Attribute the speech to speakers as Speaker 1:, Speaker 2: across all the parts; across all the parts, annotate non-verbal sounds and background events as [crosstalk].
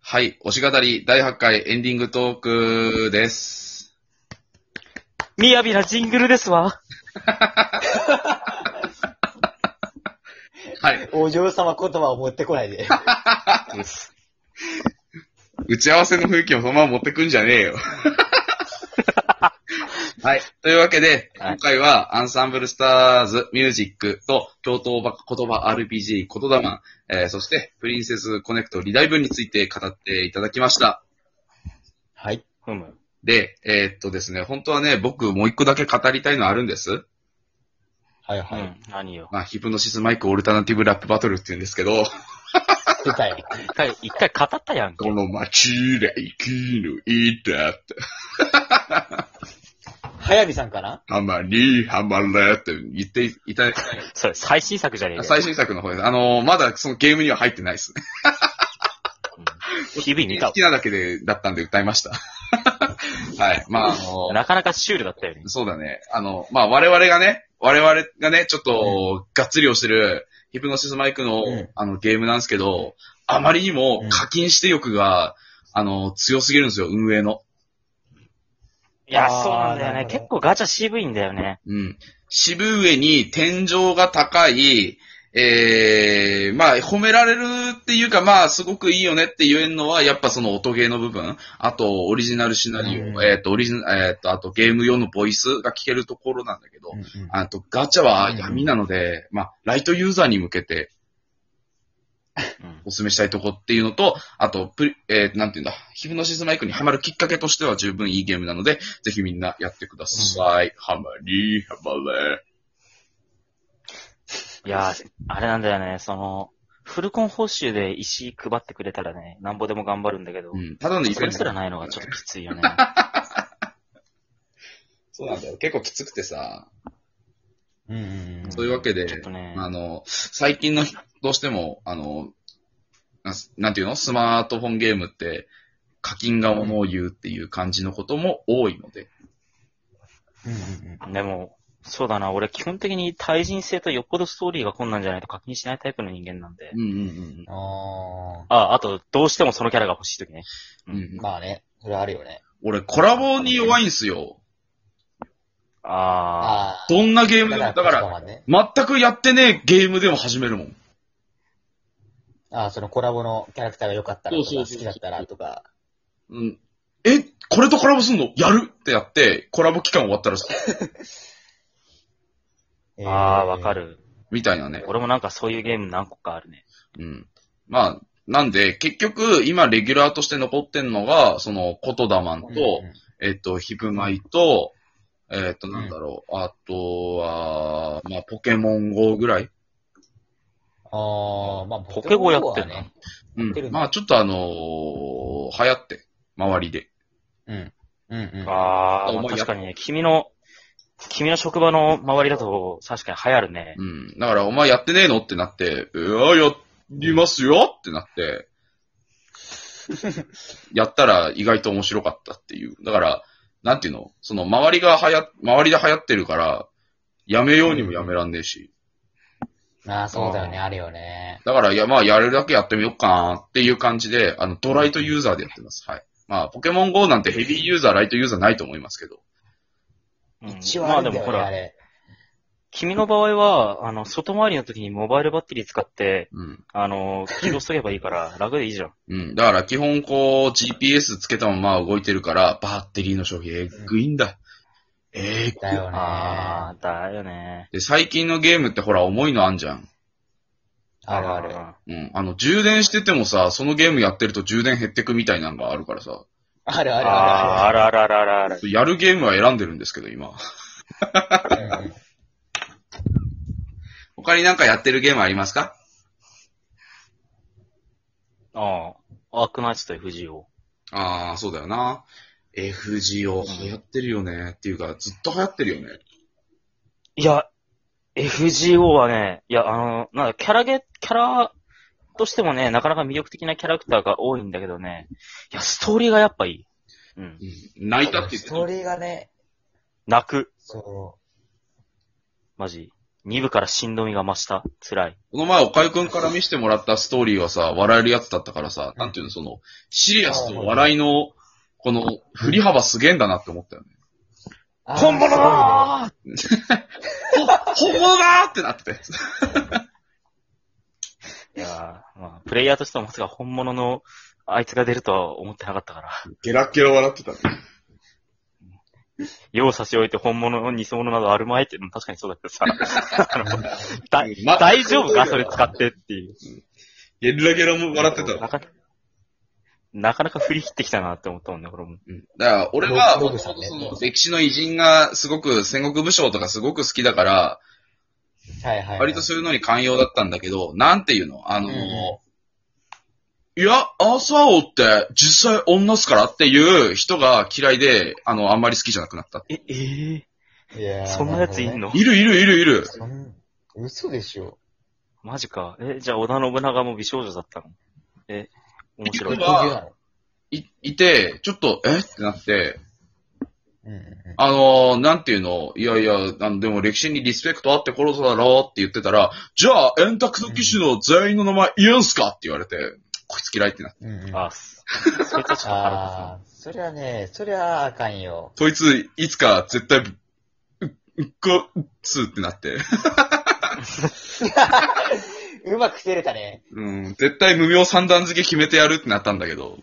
Speaker 1: はい、推し語り第8回エンディングトークです。
Speaker 2: みやびなジングルですわ。
Speaker 1: はい、
Speaker 3: お嬢様言葉を持ってこないで。
Speaker 1: 打ち合わせの雰囲気をそのまま持ってくんじゃねえ
Speaker 3: [laughs]
Speaker 1: よ。はい、というわけで、
Speaker 3: はい
Speaker 1: 今回はアンサンブルスターズミュージックと共闘ば言葉 RPG 言霊、えー、そしてプリンセスコネクトリダイブについて語っていただきました。
Speaker 3: はい。
Speaker 2: ふむ。
Speaker 1: で、えーっとですね、本当はね、僕もう一個だけ語りたいのあるんです。
Speaker 3: はいうはい。
Speaker 2: ん。何よ。
Speaker 1: まあ、ヒプノシスマイクオルタナティブラップバトルって言うんですけど、
Speaker 3: 出たよ。
Speaker 2: 一回、一回語ったやんけ
Speaker 1: こ。の街で生き抜いたって、
Speaker 3: 早見さんかな
Speaker 1: ハマにハマれって言っていただいて、
Speaker 2: それ、最新作じゃねえか
Speaker 1: 最新作の方です。あのーまだそのゲームには入ってないですね。
Speaker 2: うん日々見
Speaker 1: 好
Speaker 2: たわ
Speaker 1: きなだけで、だったんで歌いま
Speaker 3: [laughs]
Speaker 1: した。はい。まあ、あの
Speaker 2: なかなかシュールだったよね。
Speaker 1: そうだね。あの、まあ、我々がね、我々がね、ちょっと、がっつりをしてる、ヒプノシスマイクの、
Speaker 3: うん
Speaker 1: あの、ゲームなんですけど、あまりにも課金して欲が、あの、強すぎるんですよ、運営の。
Speaker 2: いや、
Speaker 3: あー
Speaker 2: そうなんだよ
Speaker 3: な
Speaker 2: ね。
Speaker 3: るほど
Speaker 2: 結構ガチャ渋いんだよね。
Speaker 1: うん。渋上に天井が高い、ええまあ、褒められるっていうか、まあ、すごくいいよねって言えるのは、やっぱその音ゲーの部分、あと、オリジナルシナリオ、
Speaker 3: うん
Speaker 1: えっ、と、オリジナ、えっ、と、あと、ゲーム用のボイスが聞けるところなんだけど、あと、ガチャは闇なので、まあ、ライトユーザーに向けて
Speaker 2: うん。
Speaker 1: お勧めしたいとこっていうのと、あと、プリえー、なんていうんだ、ヒプノシスマイクにハマるきっかけとしては十分いいゲームなので、ぜひみんなやってください。ハマり、ハマれ。
Speaker 2: いや、あれなんだよね。その、フルコン報酬で石配ってくれたらね、なんぼでも頑張るんだけど
Speaker 1: う、ん。ただのイ
Speaker 2: そ
Speaker 1: ベン
Speaker 2: れ
Speaker 1: ト
Speaker 2: すらないのがちょっときついよね。
Speaker 1: そうなんだよ。結構きつくてさ、
Speaker 3: うんうんう
Speaker 1: [laughs]
Speaker 3: ん。
Speaker 1: そういうわけで
Speaker 2: ちょっとね。
Speaker 1: あの、最近の、どうしても、あの、なんすなんていうのスマートフォンゲームって、課金が物を言うっていう感じのことも多いので。
Speaker 3: うんうんうん
Speaker 2: でも、そうだな。俺、基本的に対人性とよっぽどストーリーが困難じゃないと課金しないタイプの人間なんで。
Speaker 1: うんうん
Speaker 3: あ
Speaker 2: あ、あと、どうしてもそのキャラが欲しいときね。
Speaker 1: うん。うんうん
Speaker 3: ー。まあね、それはあるよね。
Speaker 1: 俺、コラボに弱いんすよ。
Speaker 2: あ
Speaker 3: あ
Speaker 1: どんなゲー
Speaker 3: あ。
Speaker 1: ムでも、だ
Speaker 3: コ
Speaker 1: か
Speaker 3: ラボ
Speaker 1: ら、
Speaker 3: マンね。
Speaker 1: 全くやってねえゲームでも始めるもん。
Speaker 3: ああ、そのコラボのキャラクターが良かったらとか、
Speaker 1: そう
Speaker 3: 好
Speaker 1: そうそう
Speaker 3: きだったらとか。
Speaker 1: うん。え、これとコラボすんのやるってやって、コラボ期間終わったらさ、
Speaker 3: え
Speaker 2: ー。
Speaker 3: ー
Speaker 2: ああ、わか。る。
Speaker 1: みたいなね。
Speaker 2: 俺もなんかそういうゲーム何個かあるね。
Speaker 1: うん。まあ、なんで、結局、今、レギュラーとして残ってんのが、その、コトダマンと、
Speaker 3: うんうん
Speaker 1: えっと、ヒブマイと、えっと、なんだろう、あとは、まあ、ポケモン GO ぐらい。
Speaker 3: ああ、まあ、
Speaker 2: ポケゴやってん
Speaker 3: ポケモン
Speaker 2: の、
Speaker 3: はね。
Speaker 1: う
Speaker 3: やってる
Speaker 1: ん。
Speaker 3: ね
Speaker 1: まあ、ちょっとあのー流行って、周りで。
Speaker 3: うん。うんうん。
Speaker 2: ああ、まあ
Speaker 1: 重いやつ
Speaker 2: 確かにね、君の、君の職場の周りだと確かに流行るね。
Speaker 1: うん。だから、お前やってねえのってなって、いや、やりますよってなって、やったら意外と面白かったっていう。だから、なんていうのその、周りが流行、周りで流行ってるから、やめようにもやめらんねえし。
Speaker 3: ああ、そうだよね、あるよね。
Speaker 1: だから、いや、まあ、やれるだけやってみようかなっていう感じで、あの、ドライトユーザーでやってます。はい。まあ、ポケモン GO なんてヘビーユーザー、ライトユーザーないと思いますけど。
Speaker 2: うん
Speaker 3: 一応
Speaker 2: まあ
Speaker 3: ある
Speaker 2: で
Speaker 3: んだ
Speaker 2: も
Speaker 3: よ
Speaker 2: ほ
Speaker 3: ね、あ
Speaker 2: ら、
Speaker 3: れ。
Speaker 2: 君の場合は、あの、外回りの時にモバイルバッテリー使って、
Speaker 1: うん。
Speaker 2: あの、起動しとけばいい
Speaker 3: [laughs]
Speaker 2: から、楽でいいじゃん。
Speaker 1: うん。だから、基本こう、GPS つけたまま動いてるから、バッテリーの消費、えっぐいんだ。ええぐ
Speaker 3: だよね。あ
Speaker 2: ああ、だよね。
Speaker 1: で、最近のゲームってほら、重いのあんじゃん。
Speaker 3: るある。
Speaker 1: うん。あの、充電しててもさ、そのゲームやってると充電減ってくみたいなのがあるからさ、
Speaker 3: ある
Speaker 2: あ
Speaker 3: あるあ
Speaker 2: あ、あらあらあらあらあら。
Speaker 1: やるゲームは選んでるんですけど、今。 [laughs]
Speaker 3: るある。うんうん
Speaker 1: 他になんかやってるゲームありますか
Speaker 2: ああ、アークナイツと FGO。
Speaker 1: ああ、そうだよな。FGO 流行ってるよね。っていうか、ずっと流行ってるよね。
Speaker 2: いや、FGO はね、いや、あの、なんかキャラゲ、キャラとしてもね、なかなか魅力的なキャラクターが多いんだけどね、いや、ストーリーがやっぱいい。うん。
Speaker 1: うん。泣いたって言って
Speaker 3: ストー
Speaker 1: た。
Speaker 3: リーがね、
Speaker 2: 泣く、
Speaker 3: そ
Speaker 2: マジ。 2部からしんどみが増した。辛い。
Speaker 1: この前、岡井くんから見せてもらったストーリーはさ、笑えるやつだったからさ、なんていうの、その、シリアスと笑いの、この、振り幅すげえんだなって思ったよね。
Speaker 3: あー
Speaker 2: 本物だー
Speaker 1: 本物だーってなって。
Speaker 2: いやーまあ、プレイヤーとしてもまさか本物のあいつが出るとは思ってなかったから。
Speaker 1: ゲラッゲラ笑ってたね。
Speaker 2: 世を差し置いて本物の偽物などあるまいっていうのも確かにそうだけど [laughs] さ。あのだ
Speaker 1: ま
Speaker 2: 大丈夫かそれ使ってっていう。
Speaker 1: ゲラゲラも笑ってた。
Speaker 2: なかなかなか振り切ってきたなって思ったもんね、これも。
Speaker 1: うんだから、俺は、
Speaker 3: ロ
Speaker 1: も
Speaker 3: ブ
Speaker 1: と
Speaker 3: さん
Speaker 1: もと
Speaker 3: ね
Speaker 1: その、歴史の偉人がすごく、戦国武将とかすごく好きだから、
Speaker 3: はいはいはい。
Speaker 1: 割とそういうのに寛容だったんだけど、なんていうのあの、
Speaker 3: うん
Speaker 1: いや、アーサー王って実際女っすからっていう人が嫌いで、あの、あんまり好きじゃなくなった。
Speaker 2: え、ええ
Speaker 3: いやー
Speaker 2: そんなやついんの、
Speaker 1: いるいるいるいる。
Speaker 3: そん嘘でしょ。
Speaker 2: マジか。え、じゃあ織田信長も美少女だったのえ、面白い
Speaker 1: 実。は
Speaker 3: 本気なの
Speaker 1: い、いて、ちょっと、えってなって、
Speaker 3: うんうん
Speaker 1: あのーなんていうのいやいや、あの、でも歴史にリスペクトあってこそだろうって言ってたら、じゃあ、エンタクト騎士の全員の名前言うんすかって言われて、こいつ嫌いってなって。
Speaker 3: うんうん。
Speaker 2: あ、そそいつはちょっと腹立つ [laughs] な
Speaker 3: あー、そりゃね、そりゃあかんよ。
Speaker 1: こいつ、いつか絶対、う、うっこ、うっつーってなって。
Speaker 3: うまくせれたね。 [laughs]
Speaker 1: うん、絶対無名三段付け決めてやるってなったんだけど。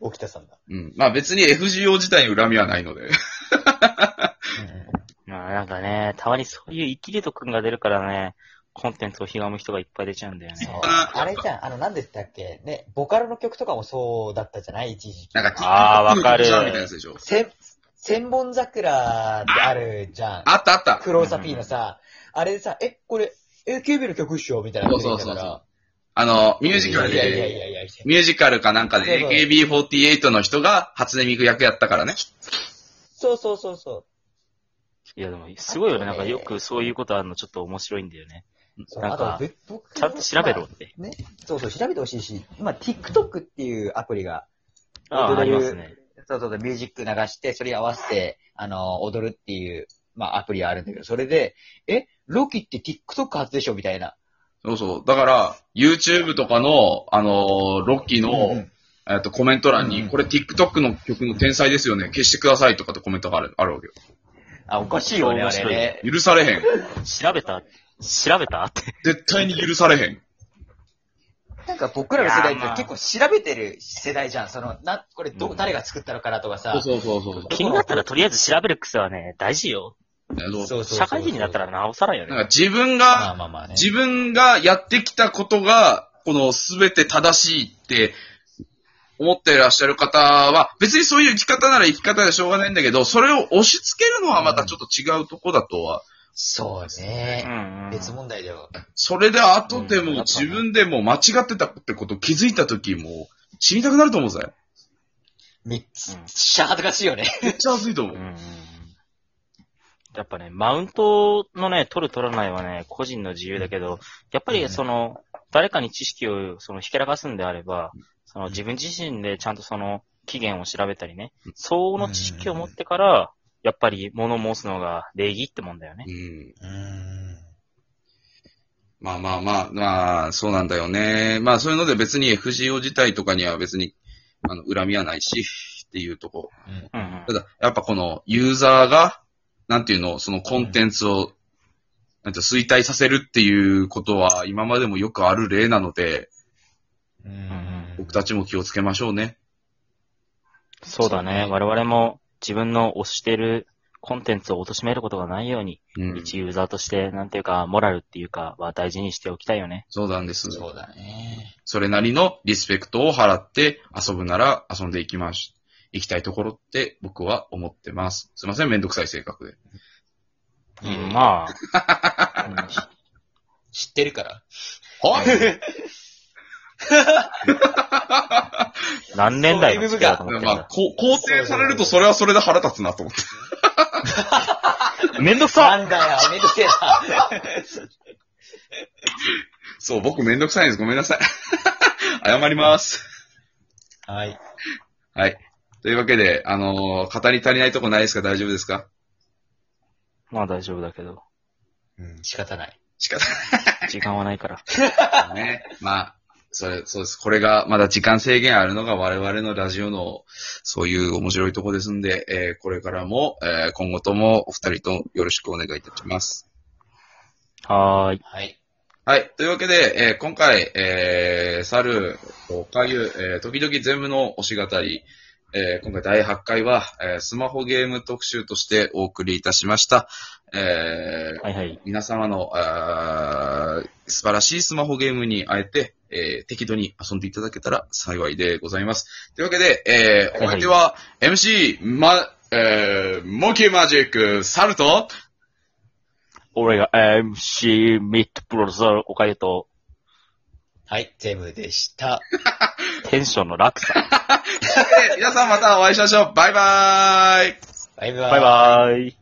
Speaker 3: 沖田さんだ。
Speaker 1: うん。まあ別に FGO 自体に恨みはないので。
Speaker 2: まあなんかね、たまにそういう生きりとくんが出るからね、コンテンツをひがむ人がいっぱい出ちゃうんだよ
Speaker 3: そう
Speaker 2: ね。
Speaker 3: あれじゃん、あの、何でしたっけね、ボカロの曲とかもそうだったじゃない一時期。
Speaker 1: なんか、
Speaker 2: あーわかる
Speaker 1: [laughs] みたいなやつでしょ。
Speaker 3: 千、千本桜ってあるじゃん。
Speaker 1: あったあった。
Speaker 3: クローサピーのさ、あれでさ、え、これ、AKB の曲っしょみたいな
Speaker 1: そう
Speaker 3: こと
Speaker 1: そうそ
Speaker 3: 言ってた
Speaker 1: う
Speaker 3: か
Speaker 1: そ
Speaker 3: ら
Speaker 1: う。。あの、ミュージカル
Speaker 3: いやいやい
Speaker 1: で、
Speaker 3: やいやいや。
Speaker 1: ミュージカルかなんかで
Speaker 3: そう
Speaker 1: AKB48 の人が初音ミク役やったからね。
Speaker 3: そうそうそうそ
Speaker 2: いやでも、すごいよね。なんかよくそういうことあるのちょっと面白いんだよね。
Speaker 3: う。そう
Speaker 2: なんか
Speaker 3: あとぶ僕
Speaker 2: ちゃんと調べろって。
Speaker 3: ね。そうそう、調べてほしいし、今 TikTok っていうアプリが、
Speaker 2: ああ、あ
Speaker 3: 踊
Speaker 2: り
Speaker 3: れる
Speaker 2: ますね。
Speaker 3: そうそうそう、ミュージック流して、それに合わせて、あの、踊るっていう、まあ、アプリがあるんだけど、それで、え、ロキって TikTok 初でしょみたいな。
Speaker 1: そうそう。だから、YouTube とかの、あのーロッキー
Speaker 3: うんう
Speaker 1: の
Speaker 3: ん、
Speaker 1: えっと、コメント欄
Speaker 3: うんう
Speaker 1: に、
Speaker 3: ん
Speaker 1: これ TikTok の曲の天才ですよね。消してくださいとかってコメントがあるあるわけよ。
Speaker 3: あ、おかしいよね、あ
Speaker 2: 面白い
Speaker 3: れね。
Speaker 1: 許されへん。
Speaker 2: 調べた調べたって。
Speaker 1: 絶対に許されへ
Speaker 3: [laughs]
Speaker 1: ん。
Speaker 3: なんか僕らの世代
Speaker 2: いやーま
Speaker 3: っ
Speaker 2: あ
Speaker 3: て結構調べてる世代じゃん。その、な、これど、
Speaker 2: うん
Speaker 3: 誰が作ったのかなとかさ。
Speaker 1: そうそうそうそう。
Speaker 2: 気になったらとりあえず調べる癖はね、大事よ。
Speaker 1: そう
Speaker 3: そうそうそう
Speaker 2: 社会人になったらなおさら
Speaker 1: な
Speaker 2: よ
Speaker 1: んか
Speaker 2: ね。
Speaker 1: 自分
Speaker 3: まあ
Speaker 1: が、
Speaker 3: まあまあね。
Speaker 1: 自分がやってきたことが、この全て正しいって思ってらっしゃる方は、別にそういう生き方なら生き方でしょうがないんだけど、それを押し付けるのはまたちょっと違うとこだとは。
Speaker 3: そう
Speaker 2: う
Speaker 3: ね。
Speaker 2: んうん。
Speaker 3: 別問題だよ。
Speaker 1: それで後で
Speaker 2: うん
Speaker 1: も
Speaker 2: だから
Speaker 1: 自分でも間違ってたってこと気づいた時も、死にたくなると思うぜ。
Speaker 3: めっ
Speaker 2: うん
Speaker 3: ちゃ恥ずかしいよね。
Speaker 1: めっちゃ熱いと思
Speaker 2: うん
Speaker 1: う。
Speaker 2: うんうん。やっぱね、マウントのね、取る取らないはね、個人の自由だけど、やっぱりその、誰かに知識をそのひけらかすんであれば、その自分自身でちゃんとその期限を調べたりね、相応の知識を持ってから、やっぱり物申すのが礼儀ってもんだよね。
Speaker 1: うん。
Speaker 3: うん。
Speaker 1: まあまあまあ、まあ、そうなんだよね。まあそういうので別に FGO 自体とかには別に、あの、恨みはないし、っていうとこ。
Speaker 2: うんうん
Speaker 1: た。だ、やっぱこのユーザーが、なんていうの、そのコンテンツを、なんていうの衰退させるっていうことは今までもよくある例なので、
Speaker 3: う
Speaker 2: うん
Speaker 1: 僕たちも気をつけましょうね。
Speaker 2: そうだね。我々も自分の推してるコンテンツを貶めることがないように、
Speaker 1: うん。
Speaker 2: 一ユーザーとして、なんていうか、モラルっていうかは大事にしておきたいよね。
Speaker 1: そうなんです。
Speaker 3: そうだね。
Speaker 1: それなりのリスペクトを払って遊ぶなら遊んでいきまし、行きたいところって僕は思ってます。すいません、めんどくさい性格で。
Speaker 3: うん
Speaker 2: うんまあ、うん
Speaker 3: 知ってるから。
Speaker 1: は
Speaker 2: [laughs] 何年代の付き合いだと思ってん
Speaker 1: まあ、
Speaker 2: だ。
Speaker 1: こ肯定されるとそれはそれで腹立つなと思って。
Speaker 2: めんどくさ
Speaker 3: なんだよ、めんどくせえな。
Speaker 1: そう、僕めんどくさいんです。ごめんなさい。 [laughs] 謝ります。
Speaker 3: はい。
Speaker 1: はい。というわけで、あのー語り足りないとこないですか大丈夫ですか
Speaker 2: まあ大丈夫だけど。
Speaker 3: うん、仕方ない。
Speaker 1: 仕方
Speaker 2: 時間はないから。
Speaker 1: ないね。まあ、それ、そうです。これが、まだ時間制限あるのが我々のラジオの、そういう面白いとこですんで、えーこれからも、えー今後ともお二人ともよろしくお願いいたします。
Speaker 2: はーい。
Speaker 3: はい。
Speaker 1: はい。というわけで、えー今回、えー、猿、おかゆ、えー時々全部の推し語り、えー今回第8回は、えースマホゲーム特集としてお送りいたしました。えー
Speaker 2: はいはい。
Speaker 1: 皆様の、あー素晴らしいスマホゲームに会えて、えー適度に遊んでいただけたら幸いでございます。というわけで、えー
Speaker 2: はい
Speaker 1: お相手は、MC、ま、えー、モンキーマジック、サルト、
Speaker 2: 俺が MC ミッドプロザーおかゆと、
Speaker 3: はい、ゼブでした。
Speaker 2: テンションの落差。
Speaker 1: で皆さんまたお会いしましょう。バイバーイ
Speaker 3: バイバイ。
Speaker 2: バイバーイ。